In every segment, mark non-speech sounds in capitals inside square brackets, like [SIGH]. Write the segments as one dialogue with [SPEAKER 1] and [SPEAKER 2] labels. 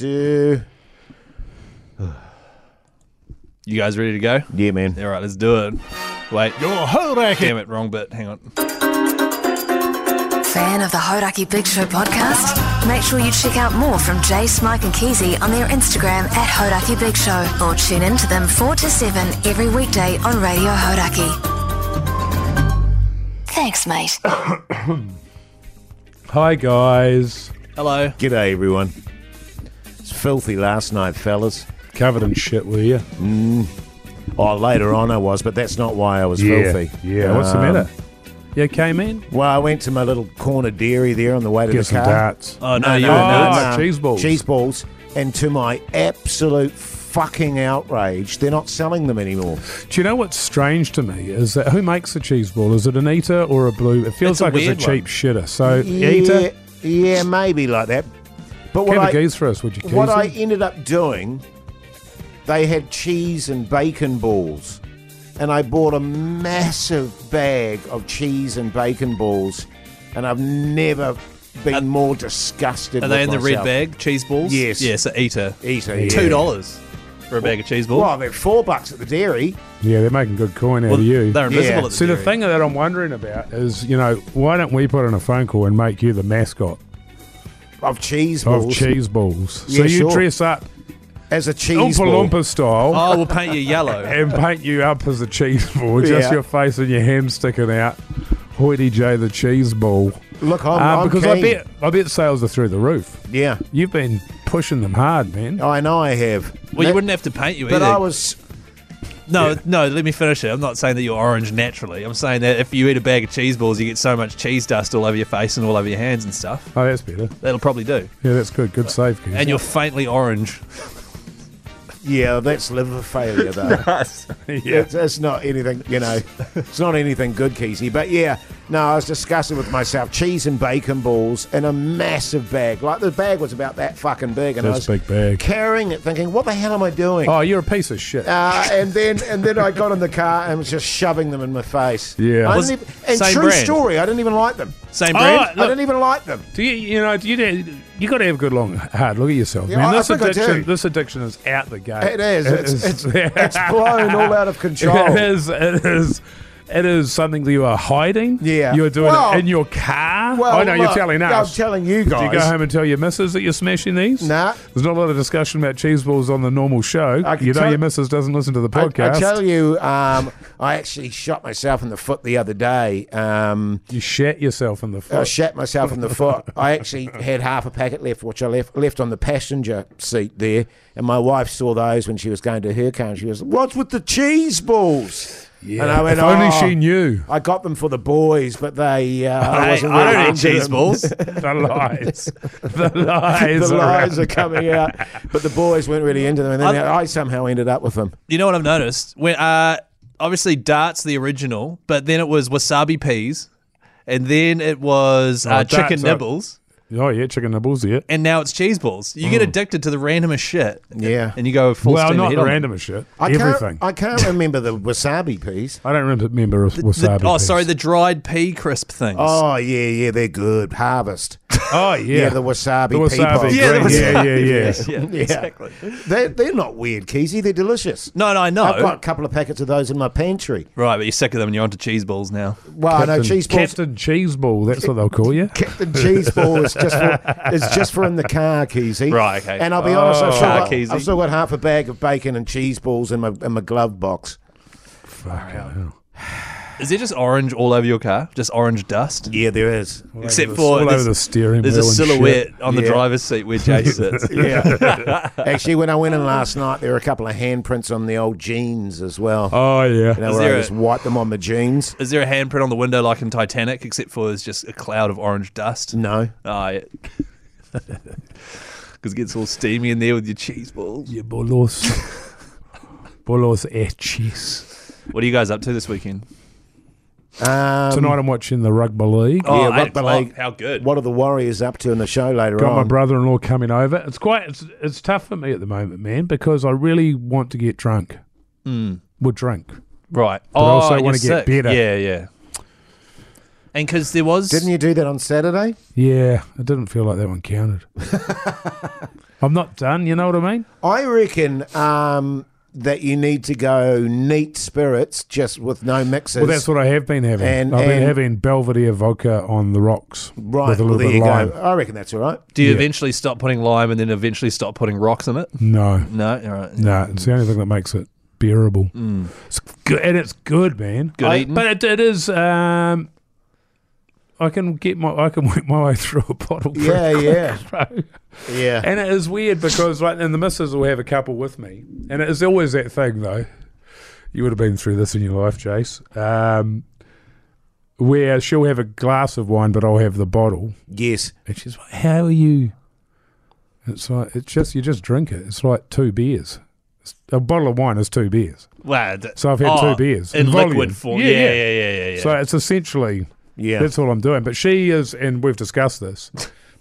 [SPEAKER 1] Yeah,
[SPEAKER 2] You guys ready to go?
[SPEAKER 1] man.
[SPEAKER 2] All right, let's do it. Wait,
[SPEAKER 3] Your whole racket.
[SPEAKER 2] damn it, wrong bit. Hang on.
[SPEAKER 4] Fan of the Hodaki Big Show podcast? Make sure you check out more from Jay, Smike, and Keezy on their Instagram at Hodaki Big Show or tune in to them 4 to 7 every weekday on Radio Hodaki. Thanks, mate.
[SPEAKER 3] Hi guys.
[SPEAKER 2] Hello.
[SPEAKER 1] G'day, everyone. It's filthy last night, fellas.
[SPEAKER 3] Covered in shit, were you?
[SPEAKER 1] Oh, later on I was, but that's not why I was filthy.
[SPEAKER 3] Yeah. What's the
[SPEAKER 1] Um,
[SPEAKER 3] matter? You okay, man?
[SPEAKER 1] Well, I went to my little corner dairy there on the way to
[SPEAKER 3] Get Uh,
[SPEAKER 1] the
[SPEAKER 3] some
[SPEAKER 1] car.
[SPEAKER 3] darts.
[SPEAKER 2] Oh no, you
[SPEAKER 1] no,
[SPEAKER 2] were
[SPEAKER 1] no,
[SPEAKER 2] nuts.
[SPEAKER 3] nuts.
[SPEAKER 1] no.
[SPEAKER 3] Cheese balls.
[SPEAKER 1] Cheese balls. And to my absolute fucking outrage, they're not selling them anymore.
[SPEAKER 3] Do you know what's strange to me is that who makes a cheese ball? Is it an eater or a blue? It
[SPEAKER 2] It's
[SPEAKER 3] feels
[SPEAKER 2] a
[SPEAKER 3] like it's a
[SPEAKER 2] weird
[SPEAKER 3] cheap
[SPEAKER 2] one.
[SPEAKER 3] shitter. So
[SPEAKER 1] Yeah,
[SPEAKER 3] eater,
[SPEAKER 1] yeah, maybe like that. But what
[SPEAKER 3] have
[SPEAKER 1] I,
[SPEAKER 3] a geese for us, would you?
[SPEAKER 1] what I
[SPEAKER 3] Keezy?
[SPEAKER 1] ended up doing, they had cheese and bacon balls, and I bought a massive bag of cheese and bacon balls, and I've never been more disgusted.
[SPEAKER 2] Are
[SPEAKER 1] with
[SPEAKER 2] they in the red
[SPEAKER 1] myself.
[SPEAKER 2] bag? Cheese balls?
[SPEAKER 1] Yes.
[SPEAKER 2] Yes, a eater.
[SPEAKER 1] Eater, yeah.
[SPEAKER 2] Two dollars for a bag of cheese balls.
[SPEAKER 1] Well, they're four bucks at the dairy.
[SPEAKER 3] yeah, they're making good coin out
[SPEAKER 2] Well,
[SPEAKER 3] of you.
[SPEAKER 2] They're
[SPEAKER 1] Yeah.
[SPEAKER 2] invisible at the
[SPEAKER 3] See, the
[SPEAKER 2] dairy.
[SPEAKER 3] thing that I'm wondering about is, you know, why don't we put in a phone call and make you the mascot
[SPEAKER 1] Of cheese
[SPEAKER 3] of
[SPEAKER 1] balls
[SPEAKER 3] cheese balls?
[SPEAKER 1] Yeah,
[SPEAKER 3] so you
[SPEAKER 1] sure.
[SPEAKER 3] dress up
[SPEAKER 1] as a cheese
[SPEAKER 3] Oompa
[SPEAKER 1] ball.
[SPEAKER 3] Loompa style.
[SPEAKER 2] Oh, we'll paint
[SPEAKER 1] [LAUGHS]
[SPEAKER 2] you yellow.
[SPEAKER 3] and paint you up as a cheese ball. Just
[SPEAKER 1] Yeah.
[SPEAKER 3] your face and your hand sticking out. Hoity J the cheese ball.
[SPEAKER 1] Look, I'm,
[SPEAKER 3] Uh,
[SPEAKER 1] Oh, I'm
[SPEAKER 3] because I
[SPEAKER 1] keen.
[SPEAKER 3] bet I bet sales are through the roof.
[SPEAKER 1] Yeah,
[SPEAKER 3] You've been pushing them hard, man.
[SPEAKER 1] I know I have.
[SPEAKER 2] Well,
[SPEAKER 1] That-
[SPEAKER 2] you wouldn't have to paint you
[SPEAKER 1] But
[SPEAKER 2] either.
[SPEAKER 1] I was
[SPEAKER 2] no, no. Let me finish it. I'm not saying that you're orange naturally. I'm saying that if you eat a bag of cheese balls, you get so much cheese dust all over your face and all over your hands and stuff.
[SPEAKER 3] Oh, that's better.
[SPEAKER 2] That'll probably do.
[SPEAKER 3] Yeah, that's good. Good save, Keith.
[SPEAKER 2] And you're faintly orange.
[SPEAKER 1] Yeah, that's liver failure
[SPEAKER 3] [LAUGHS]
[SPEAKER 1] though.
[SPEAKER 3] yeah.
[SPEAKER 1] It's, it's not anything, you know, it's not anything good, Keezy. But yeah, no, I was discussing with myself cheese and bacon balls in a massive bag. Like the bag was about that fucking big, and
[SPEAKER 3] That's
[SPEAKER 1] I was
[SPEAKER 3] big bag.
[SPEAKER 1] carrying it, thinking, "What the hell am I doing?"
[SPEAKER 3] Oh, you're a piece of shit.
[SPEAKER 1] Uh, and then, and then I got in the car and was just shoving them in my face.
[SPEAKER 3] Yeah.
[SPEAKER 1] I
[SPEAKER 3] Was-
[SPEAKER 1] didn't even, and
[SPEAKER 2] same
[SPEAKER 1] true
[SPEAKER 2] brand?
[SPEAKER 1] story, I didn't even like them.
[SPEAKER 2] Same
[SPEAKER 3] Oh,
[SPEAKER 2] brand.
[SPEAKER 3] Look-
[SPEAKER 1] I didn't even like them.
[SPEAKER 3] do you, you know? Do you? You got to have a good long hard look at yourself,
[SPEAKER 1] Yeah,
[SPEAKER 3] man.
[SPEAKER 1] I- I
[SPEAKER 3] this
[SPEAKER 1] think I do.
[SPEAKER 3] addiction, this addiction is out the gate.
[SPEAKER 1] It is. It's, it's, it's blown all out
[SPEAKER 3] [LAUGHS]
[SPEAKER 1] of control.
[SPEAKER 3] It is. It is. It is something that you are hiding.
[SPEAKER 1] Yeah.
[SPEAKER 3] You're doing
[SPEAKER 1] Well-
[SPEAKER 3] it in your car.
[SPEAKER 1] Well,
[SPEAKER 3] I know you're
[SPEAKER 1] look,
[SPEAKER 3] telling
[SPEAKER 1] I'm
[SPEAKER 3] us.
[SPEAKER 1] telling you
[SPEAKER 3] Do
[SPEAKER 1] guys.
[SPEAKER 3] you go home and tell your missus that you're smashing these?
[SPEAKER 1] Nah.
[SPEAKER 3] There's not a lot of discussion about cheese balls on the normal show.
[SPEAKER 1] I can
[SPEAKER 3] You know
[SPEAKER 1] tell-
[SPEAKER 3] your missus doesn't listen to the
[SPEAKER 1] I-
[SPEAKER 3] podcast.
[SPEAKER 1] I, tell you, um, I actually shot myself in the foot the other day. Um,
[SPEAKER 3] you shat yourself in the
[SPEAKER 1] I
[SPEAKER 3] foot.
[SPEAKER 1] shat myself in the foot.
[SPEAKER 3] [LAUGHS]
[SPEAKER 1] I actually had half a packet left, which I left left on the passenger seat there. And my wife saw those when she was going to her car, and she was, "What's with the cheese balls?" Yeah. And I went,
[SPEAKER 3] if only
[SPEAKER 1] "Oh."
[SPEAKER 3] she knew.
[SPEAKER 1] I got them for the boys, but they. Uh, I,
[SPEAKER 2] I,
[SPEAKER 1] wasn't
[SPEAKER 2] I
[SPEAKER 1] really
[SPEAKER 2] don't eat
[SPEAKER 1] into
[SPEAKER 2] cheese [LAUGHS]
[SPEAKER 1] them.
[SPEAKER 2] balls.
[SPEAKER 3] The
[SPEAKER 1] [LAUGHS]
[SPEAKER 3] lies. the lies.
[SPEAKER 1] The
[SPEAKER 3] are out.
[SPEAKER 1] lies are coming
[SPEAKER 3] [LAUGHS]
[SPEAKER 1] out, but the boys weren't really into them, and then I somehow ended up with them.
[SPEAKER 2] You know what I've noticed? When uh, obviously darts the original, but then it was wasabi peas, and then it was uh,
[SPEAKER 3] Oh, darts,
[SPEAKER 2] chicken
[SPEAKER 3] uh,
[SPEAKER 2] nibbles,
[SPEAKER 3] Oh, yeah, chicken nibbles, yeah.
[SPEAKER 2] and now it's cheese balls. You get addicted to the randomest shit.
[SPEAKER 1] Yeah.
[SPEAKER 2] and you go full
[SPEAKER 3] Mm. Well,
[SPEAKER 2] steam
[SPEAKER 3] not
[SPEAKER 2] ahead
[SPEAKER 3] the
[SPEAKER 2] on it.
[SPEAKER 3] randomest shit.
[SPEAKER 1] I
[SPEAKER 3] Everything.
[SPEAKER 1] Can't, I can't remember the wasabi piece.
[SPEAKER 3] I don't remember
[SPEAKER 2] The-
[SPEAKER 3] wasabi.
[SPEAKER 2] oh,
[SPEAKER 3] peas.
[SPEAKER 2] sorry, the dried pea crisp things.
[SPEAKER 1] Oh yeah, yeah, they're good. Harvest.
[SPEAKER 3] oh yeah,
[SPEAKER 1] Yeah, the wasabi.
[SPEAKER 3] The wasabi
[SPEAKER 1] people.
[SPEAKER 3] green. Yeah,
[SPEAKER 2] the
[SPEAKER 3] yeah, yeah,
[SPEAKER 2] wasabi. [LAUGHS]
[SPEAKER 3] yeah.
[SPEAKER 2] yeah,
[SPEAKER 1] Yeah.
[SPEAKER 2] exactly.
[SPEAKER 1] They're, they're not weird, Keezy. They're delicious.
[SPEAKER 2] No, no, I know.
[SPEAKER 1] I've got a couple of packets of those in my pantry.
[SPEAKER 2] Right, but you're sick of them, and you're onto cheese balls now.
[SPEAKER 1] Well, I know cheese balls.
[SPEAKER 3] Captain Cheese Ball. That's what they'll call you.
[SPEAKER 1] Captain Cheese Ball is just for, is just for in the car, Keezy.
[SPEAKER 2] Right, okay.
[SPEAKER 1] And I'll be honest, I've still,
[SPEAKER 2] Car
[SPEAKER 1] got,
[SPEAKER 2] Keezy.
[SPEAKER 1] I've still got half a bag of bacon and cheese balls in my in my glove box.
[SPEAKER 2] Is there just orange all over your car? Just orange dust?
[SPEAKER 1] Yeah, there is.
[SPEAKER 2] Except
[SPEAKER 3] the-
[SPEAKER 2] for
[SPEAKER 3] all over
[SPEAKER 2] there's-
[SPEAKER 3] the steering
[SPEAKER 2] There's a
[SPEAKER 3] wheel and shit.
[SPEAKER 2] silhouette on the
[SPEAKER 1] Yeah.
[SPEAKER 2] driver's seat where
[SPEAKER 3] [LAUGHS]
[SPEAKER 2] Jay sits.
[SPEAKER 1] Yeah. Actually, when I went in last night, there were a couple of handprints on the old jeans as well.
[SPEAKER 3] Oh
[SPEAKER 1] you
[SPEAKER 3] yeah.
[SPEAKER 1] know,
[SPEAKER 2] Is
[SPEAKER 1] where
[SPEAKER 2] there
[SPEAKER 1] I
[SPEAKER 2] a-
[SPEAKER 1] just wiped them on my jeans.
[SPEAKER 2] Is there a handprint on the window like in Titanic, except for there's just a cloud of orange dust?
[SPEAKER 1] No.
[SPEAKER 2] Oh, yeah. Because it gets all steamy in there with your cheese balls.
[SPEAKER 3] Yeah, bolos.
[SPEAKER 1] [LAUGHS]
[SPEAKER 3] bolos eh, cheese.
[SPEAKER 2] What are you guys up to this weekend?
[SPEAKER 1] Um,
[SPEAKER 3] Tonight I'm watching the rugby league.
[SPEAKER 2] Oh,
[SPEAKER 1] yeah,
[SPEAKER 2] eight
[SPEAKER 1] rugby league.
[SPEAKER 2] o'clock. How good.
[SPEAKER 1] What are the Warriors up to in the show later
[SPEAKER 3] Got my
[SPEAKER 1] on?
[SPEAKER 3] brother-in-law coming over. It's quite. It's, it's tough for me at the moment, man, because I really want to get drunk. Mm.
[SPEAKER 2] Hmm.
[SPEAKER 3] Well, drunk.
[SPEAKER 2] Right. Oh,
[SPEAKER 3] I also
[SPEAKER 2] you're
[SPEAKER 3] wanna
[SPEAKER 2] sick.
[SPEAKER 3] get better.
[SPEAKER 2] Yeah, yeah. And because there was
[SPEAKER 1] Didn't you do that on Saturday?
[SPEAKER 3] Yeah, it didn't feel like that
[SPEAKER 1] [LAUGHS]
[SPEAKER 3] one counted. I'm not done, you know what I mean?
[SPEAKER 1] I reckon um, that you need to go neat spirits, just with no mixes.
[SPEAKER 3] Well, that's what I have been having.
[SPEAKER 1] And-
[SPEAKER 3] I've been
[SPEAKER 1] and-
[SPEAKER 3] having Belvedere vodka on the rocks
[SPEAKER 1] right.
[SPEAKER 3] with a
[SPEAKER 1] well,
[SPEAKER 3] little
[SPEAKER 1] there
[SPEAKER 3] bit
[SPEAKER 1] you
[SPEAKER 3] of lime.
[SPEAKER 1] go. I reckon that's all
[SPEAKER 3] [LAUGHS]
[SPEAKER 1] right.
[SPEAKER 2] do you
[SPEAKER 3] yeah.
[SPEAKER 2] eventually stop putting lime and then eventually stop putting rocks in it?
[SPEAKER 3] No,
[SPEAKER 2] No, all right.
[SPEAKER 3] no, it's the only thing that makes it bearable. It's good, and it's good, man.
[SPEAKER 2] Mm. Good
[SPEAKER 3] I-
[SPEAKER 2] eating.
[SPEAKER 3] but it, it is. Um, I can get my I can [LAUGHS] work my way through a bottle. pretty
[SPEAKER 1] Yeah,
[SPEAKER 3] [LAUGHS]
[SPEAKER 1] yeah,
[SPEAKER 3] quick, bro.
[SPEAKER 1] yeah.
[SPEAKER 3] And it is weird because like, and the missus will have a couple with me, and it is always that thing though. You would have been through this in your life, Jace. Um, where she'll have a glass of wine, but I'll have the bottle,
[SPEAKER 1] Yes.
[SPEAKER 3] and she's like, "How are you?" It's like it's just you just drink it. It's like two beers. It's- A bottle of wine is two beers.
[SPEAKER 2] Wow, th-
[SPEAKER 3] So I've had
[SPEAKER 2] oh,
[SPEAKER 3] two beers
[SPEAKER 2] in,
[SPEAKER 3] in volume.
[SPEAKER 2] liquid form. Yeah,
[SPEAKER 3] Yeah,
[SPEAKER 2] yeah,
[SPEAKER 3] yeah.
[SPEAKER 2] yeah, yeah, yeah. yeah.
[SPEAKER 3] So it's essentially
[SPEAKER 1] Yeah.
[SPEAKER 3] that's all I'm doing. But she is, and we've
[SPEAKER 2] [LAUGHS]
[SPEAKER 3] discussed this.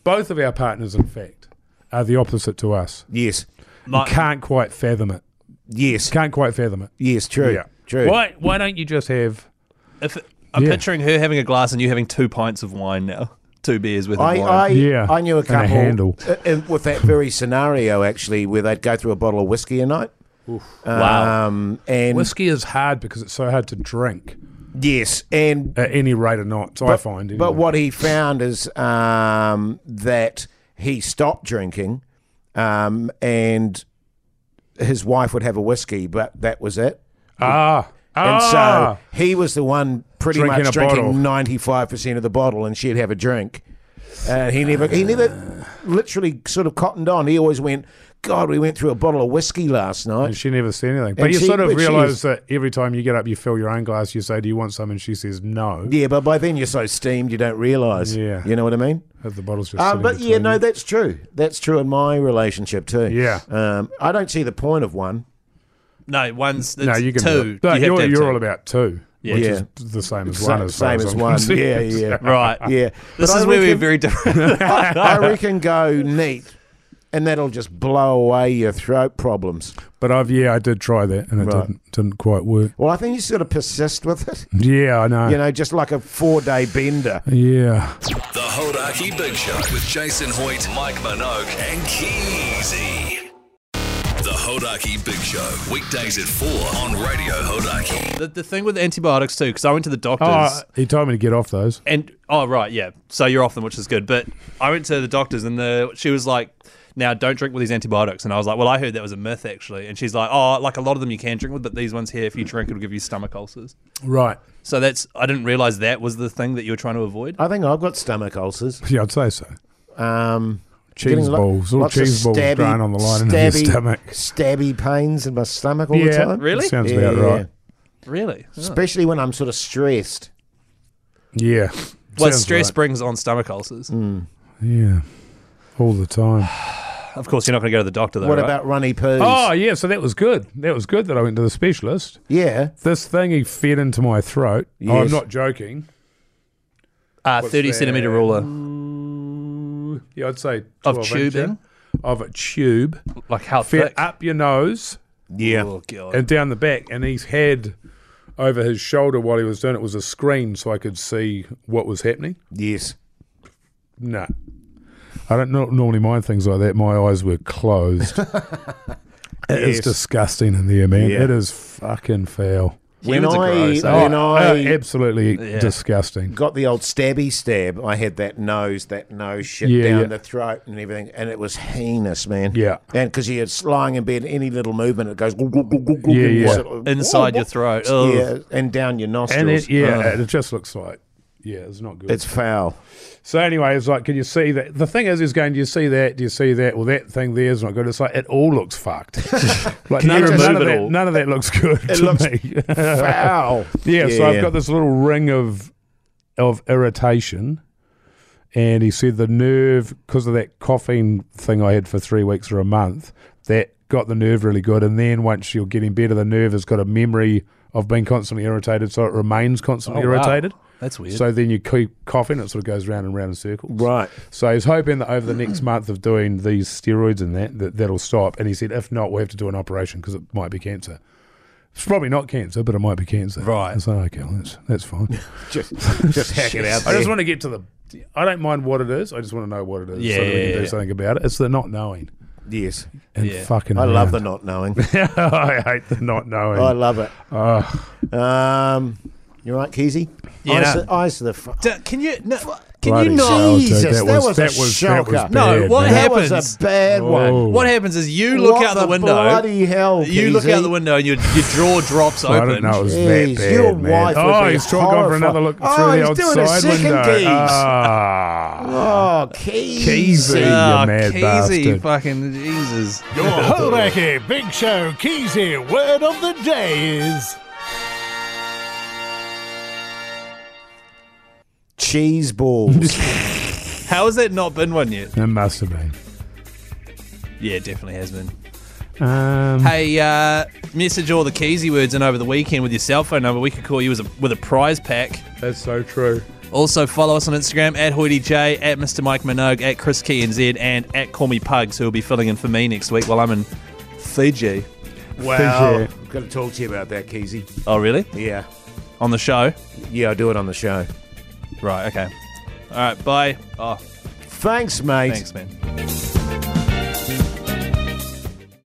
[SPEAKER 3] both of our partners, in fact, are the opposite to us.
[SPEAKER 1] yes.
[SPEAKER 2] My-
[SPEAKER 3] Can't quite fathom it.
[SPEAKER 1] Yes.
[SPEAKER 3] Can't quite fathom it.
[SPEAKER 1] Yes. True.
[SPEAKER 3] Yeah.
[SPEAKER 1] True.
[SPEAKER 3] Why? Why don't you just have?
[SPEAKER 2] if I'm
[SPEAKER 3] Yeah.
[SPEAKER 2] picturing her having a glass and you having two pints of wine now, two beers with
[SPEAKER 1] I,
[SPEAKER 2] wine.
[SPEAKER 1] I,
[SPEAKER 3] Yeah,
[SPEAKER 1] I knew a
[SPEAKER 3] and a
[SPEAKER 1] couple
[SPEAKER 3] handle.
[SPEAKER 1] uh, uh, with that very scenario actually, where they'd go through a bottle of whiskey a night.
[SPEAKER 2] Wow.
[SPEAKER 1] Um, and
[SPEAKER 3] Whiskey is hard because it's so hard to drink
[SPEAKER 1] yes, and
[SPEAKER 3] at any rate or not. I find. Anyway.
[SPEAKER 1] But what he found is um, that he stopped drinking, um, and his wife would have a whiskey, but that was it.
[SPEAKER 3] Ah.
[SPEAKER 1] And
[SPEAKER 3] Ah.
[SPEAKER 1] so he was the one pretty
[SPEAKER 3] Drinking
[SPEAKER 1] much
[SPEAKER 3] a bottle.
[SPEAKER 1] drinking ninety five percent of the bottle, and she'd have a drink. And he never, he never, literally sort of cottoned on. He always went, "God, we went through a bottle of whiskey last
[SPEAKER 3] and
[SPEAKER 1] night."
[SPEAKER 3] she never said anything. But you
[SPEAKER 1] she-
[SPEAKER 3] sort of
[SPEAKER 1] but she
[SPEAKER 3] realise
[SPEAKER 1] is-
[SPEAKER 3] that every time you get up, you fill your own glass. You say, "Do you want some?" And she says, "No."
[SPEAKER 1] Yeah, but by then you're so steamed you don't realise.
[SPEAKER 3] Yeah.
[SPEAKER 1] you know what I mean.
[SPEAKER 3] But The bottle's just.
[SPEAKER 1] Uh,
[SPEAKER 3] sitting
[SPEAKER 1] but yeah,
[SPEAKER 3] between
[SPEAKER 1] no,
[SPEAKER 3] you.
[SPEAKER 1] that's true. That's true in my relationship too.
[SPEAKER 3] Yeah.
[SPEAKER 1] Um, I don't see the point of one.
[SPEAKER 2] no, one's
[SPEAKER 3] no,
[SPEAKER 2] it's
[SPEAKER 3] you can.
[SPEAKER 2] two.
[SPEAKER 3] do it.
[SPEAKER 2] you
[SPEAKER 3] No,
[SPEAKER 2] have to
[SPEAKER 3] you're,
[SPEAKER 2] have
[SPEAKER 3] you're
[SPEAKER 2] two.
[SPEAKER 3] all about two, which
[SPEAKER 1] Yeah.
[SPEAKER 3] is the same as
[SPEAKER 1] Sa-
[SPEAKER 3] one. As far
[SPEAKER 1] same
[SPEAKER 3] as
[SPEAKER 1] as
[SPEAKER 3] I'm
[SPEAKER 1] one.
[SPEAKER 3] [LAUGHS] concerned.
[SPEAKER 1] Yeah, yeah.
[SPEAKER 3] [LAUGHS]
[SPEAKER 2] right.
[SPEAKER 1] Yeah. But
[SPEAKER 2] This
[SPEAKER 1] I
[SPEAKER 2] is where we're
[SPEAKER 1] reckon-
[SPEAKER 2] very
[SPEAKER 1] [LAUGHS]
[SPEAKER 2] different. [LAUGHS]
[SPEAKER 1] I reckon go neat, and that'll just blow away your throat problems.
[SPEAKER 3] But I've yeah, I did try that, and it
[SPEAKER 1] Right.
[SPEAKER 3] didn't didn't quite work.
[SPEAKER 1] Well, I think you sort of persist with it.
[SPEAKER 3] Yeah, I know.
[SPEAKER 1] You know, just like a four-day bender.
[SPEAKER 3] yeah.
[SPEAKER 5] The Hodaki Big Show with Jason Hoyt, Mike Minogue, and Keezy. The Hodaki Big Show, weekdays at 4 on Radio Hodaki.
[SPEAKER 2] the, the thing with antibiotics too, because I went to the doctors.
[SPEAKER 3] Oh, he told me to get off those.
[SPEAKER 2] And oh right, yeah. So you're off them, which is good. But I went to the doctors, and the she was like, "Now don't drink with these antibiotics." And I was like, "Well, I heard that was a myth, actually." And she's like, "Oh, like a lot of them you can drink with, but these ones here, if you drink, it'll give you stomach ulcers."
[SPEAKER 3] Right.
[SPEAKER 2] So that's I didn't realize that was the thing that you were trying to
[SPEAKER 3] Uh,
[SPEAKER 2] avoid.
[SPEAKER 1] I think I've got stomach ulcers.
[SPEAKER 3] Yeah, I'd say so.
[SPEAKER 1] Um,
[SPEAKER 3] Cheese
[SPEAKER 1] getting lo-
[SPEAKER 3] balls, little
[SPEAKER 1] lots of
[SPEAKER 3] cheese balls
[SPEAKER 1] stabby-
[SPEAKER 3] thrown on the line into your
[SPEAKER 1] stabby-
[SPEAKER 3] stomach.
[SPEAKER 1] Stabby pains in my stomach all the time.
[SPEAKER 2] Really?
[SPEAKER 3] Sounds
[SPEAKER 1] Yeah,
[SPEAKER 3] about right.
[SPEAKER 2] Really?
[SPEAKER 1] especially when I'm sort of stressed.
[SPEAKER 3] Yeah.
[SPEAKER 2] Well,
[SPEAKER 3] Sounds
[SPEAKER 2] stress
[SPEAKER 3] right. Mm.
[SPEAKER 2] brings on stomach ulcers.
[SPEAKER 3] Yeah. All the time.
[SPEAKER 2] Of course, you're not going to go to the doctor though.
[SPEAKER 1] What
[SPEAKER 2] right?
[SPEAKER 1] about runny poos?
[SPEAKER 3] Oh, yeah. So that was good. That was good that I went to the specialist.
[SPEAKER 1] yeah.
[SPEAKER 3] This thing he fed into my throat. Oh, I'm
[SPEAKER 1] Yes.
[SPEAKER 3] not joking.
[SPEAKER 2] uh,
[SPEAKER 3] What's Mm.
[SPEAKER 2] thirty
[SPEAKER 3] that?
[SPEAKER 2] centimeter ruler
[SPEAKER 3] Yeah, I'd say
[SPEAKER 2] of
[SPEAKER 3] 12 inch,
[SPEAKER 2] tubing?
[SPEAKER 3] yeah. of a tube
[SPEAKER 2] Like how
[SPEAKER 3] fed
[SPEAKER 2] thick?
[SPEAKER 3] up your nose
[SPEAKER 1] Yeah.
[SPEAKER 2] Oh god.
[SPEAKER 3] and down the back, and he's had over his shoulder while he was doing it was a screen, so I could see what was happening.
[SPEAKER 1] Yes.
[SPEAKER 3] No. I don't nor- normally mind things like that. My eyes
[SPEAKER 1] [LAUGHS]
[SPEAKER 3] were closed. It is
[SPEAKER 1] Yes.
[SPEAKER 3] disgusting in there, man.
[SPEAKER 1] Yeah.
[SPEAKER 3] It is fucking foul.
[SPEAKER 1] When
[SPEAKER 2] Humans are
[SPEAKER 1] I,
[SPEAKER 2] gross, eh?
[SPEAKER 1] when
[SPEAKER 3] Uh,
[SPEAKER 1] I
[SPEAKER 3] absolutely disgusting.
[SPEAKER 1] got the old stabby stab, I had that nose, that nose shit
[SPEAKER 3] Yeah,
[SPEAKER 1] down
[SPEAKER 3] yeah.
[SPEAKER 1] the throat and everything, and it was heinous, man.
[SPEAKER 3] Yeah.
[SPEAKER 1] And because you're lying in bed, any little movement, it goes. goo, goo, goo, goo, goo,
[SPEAKER 3] Yeah,
[SPEAKER 1] and
[SPEAKER 3] yeah.
[SPEAKER 1] sort of-
[SPEAKER 2] Inside
[SPEAKER 1] Oh,
[SPEAKER 2] your
[SPEAKER 1] what?
[SPEAKER 2] throat. Ugh.
[SPEAKER 1] Yeah, and down your nostrils.
[SPEAKER 3] And it, yeah,
[SPEAKER 1] Ugh.
[SPEAKER 3] it just looks like, yeah, it's not good.
[SPEAKER 1] it's
[SPEAKER 3] [LAUGHS]
[SPEAKER 1] foul.
[SPEAKER 3] so anyway, it's like, can you see that? The thing is, is going, do you see that? Do you see that? Well, that thing there is not good. It's like, it all looks
[SPEAKER 2] [LAUGHS]
[SPEAKER 3] fucked. like none,
[SPEAKER 2] you
[SPEAKER 3] of,
[SPEAKER 2] remove
[SPEAKER 3] none, of
[SPEAKER 2] it
[SPEAKER 3] that,
[SPEAKER 2] all?
[SPEAKER 3] none of that looks good to
[SPEAKER 1] looks-
[SPEAKER 3] me. [LAUGHS]
[SPEAKER 1] foul.
[SPEAKER 3] Yeah, so I've got this little ring of of irritation. And he said the nerve, because of that coughing thing I had for three weeks or a month, that got the nerve really good. And then once you're getting better, the nerve has got a memory of being constantly irritated, so it remains constantly
[SPEAKER 2] Oh, wow.
[SPEAKER 3] irritated.
[SPEAKER 2] That's weird.
[SPEAKER 3] So then you keep coughing, it sort of goes round and round in circles.
[SPEAKER 1] Right.
[SPEAKER 3] So he's hoping that over the
[SPEAKER 1] [CLEARS THROAT]
[SPEAKER 3] next month of doing these steroids and that, that that'll stop. And he said, if not, we will have to do an operation because it might be cancer. It's probably not cancer, but it might be cancer.
[SPEAKER 2] Right.
[SPEAKER 3] It's like, okay, well, that's,
[SPEAKER 1] [LAUGHS]
[SPEAKER 3] that's fine.
[SPEAKER 1] Just, just hack it out.
[SPEAKER 3] [LAUGHS] I
[SPEAKER 1] There.
[SPEAKER 3] just want to get to the. I don't mind what it is. I just want to know what it is
[SPEAKER 2] Yeah,
[SPEAKER 3] so that we
[SPEAKER 2] yeah,
[SPEAKER 3] can do
[SPEAKER 2] yeah.
[SPEAKER 3] something about it. It's the not knowing
[SPEAKER 1] yes,
[SPEAKER 3] and
[SPEAKER 2] Yeah.
[SPEAKER 3] fucking.
[SPEAKER 1] I love the
[SPEAKER 3] around.
[SPEAKER 1] not knowing.
[SPEAKER 3] [LAUGHS] I hate the not knowing.
[SPEAKER 1] Oh, I love it.
[SPEAKER 3] Ugh.
[SPEAKER 1] Um, you're right, Keezy.
[SPEAKER 2] Yeah,
[SPEAKER 1] eyes,
[SPEAKER 2] no.
[SPEAKER 1] the, eyes the fr-
[SPEAKER 2] D- can you no, can
[SPEAKER 3] Bloody
[SPEAKER 2] you not?
[SPEAKER 3] hell, dude,
[SPEAKER 1] Jesus, that was a
[SPEAKER 3] that was,
[SPEAKER 1] shocker.
[SPEAKER 3] That was
[SPEAKER 2] No,
[SPEAKER 3] bad,
[SPEAKER 2] what
[SPEAKER 3] man. Oh.
[SPEAKER 1] that was
[SPEAKER 2] happens?
[SPEAKER 1] a bad one.
[SPEAKER 3] Whoa.
[SPEAKER 2] What happens is you look
[SPEAKER 1] What
[SPEAKER 2] out the, window.
[SPEAKER 1] Bloody hell!
[SPEAKER 2] you look
[SPEAKER 1] Keezy.
[SPEAKER 2] out the window and your your jaw drops
[SPEAKER 3] I
[SPEAKER 2] open.
[SPEAKER 3] don't know. It was
[SPEAKER 1] Jeez,
[SPEAKER 3] that bad,
[SPEAKER 1] your
[SPEAKER 3] man.
[SPEAKER 1] wife would
[SPEAKER 3] oh,
[SPEAKER 1] be
[SPEAKER 3] he's trying to go for
[SPEAKER 1] horrified.
[SPEAKER 3] another look
[SPEAKER 1] Oh,
[SPEAKER 3] through the
[SPEAKER 1] he's doing a
[SPEAKER 3] outside
[SPEAKER 1] second
[SPEAKER 3] window.
[SPEAKER 1] gaze.
[SPEAKER 3] [LAUGHS] Ah,
[SPEAKER 1] Oh, Keezy.
[SPEAKER 3] Keezy. You
[SPEAKER 2] Ah,
[SPEAKER 3] mad
[SPEAKER 2] Keezy,
[SPEAKER 3] bastard.
[SPEAKER 2] fucking Jesus.
[SPEAKER 6] Your Hodaki Big Show Keezy word of the day is
[SPEAKER 1] Cheese
[SPEAKER 3] [LAUGHS]
[SPEAKER 1] balls.
[SPEAKER 2] How has that not been one yet?
[SPEAKER 3] it must have been.
[SPEAKER 2] Yeah, it definitely has been.
[SPEAKER 3] Um,
[SPEAKER 2] Hey, uh, message all the Keezy words in over the weekend with your cell phone number. We could call you as a, with a prize pack.
[SPEAKER 3] That's so true.
[SPEAKER 2] Also, follow us on Instagram at HoidyJ, at Mr. Mike Minogue, at Chris Key and Z, and at Call Me Pugs, who will be filling in for me next week while I'm in Fiji.
[SPEAKER 1] Well,
[SPEAKER 3] Appreciate
[SPEAKER 1] I've got to talk to you about that, Keezy.
[SPEAKER 2] Oh, really?
[SPEAKER 1] Yeah.
[SPEAKER 2] On the show?
[SPEAKER 1] Yeah, I'll do it on the show.
[SPEAKER 2] Right, okay. All right, bye. Oh,
[SPEAKER 1] Thanks, mate.
[SPEAKER 2] thanks, man.
[SPEAKER 4] Jase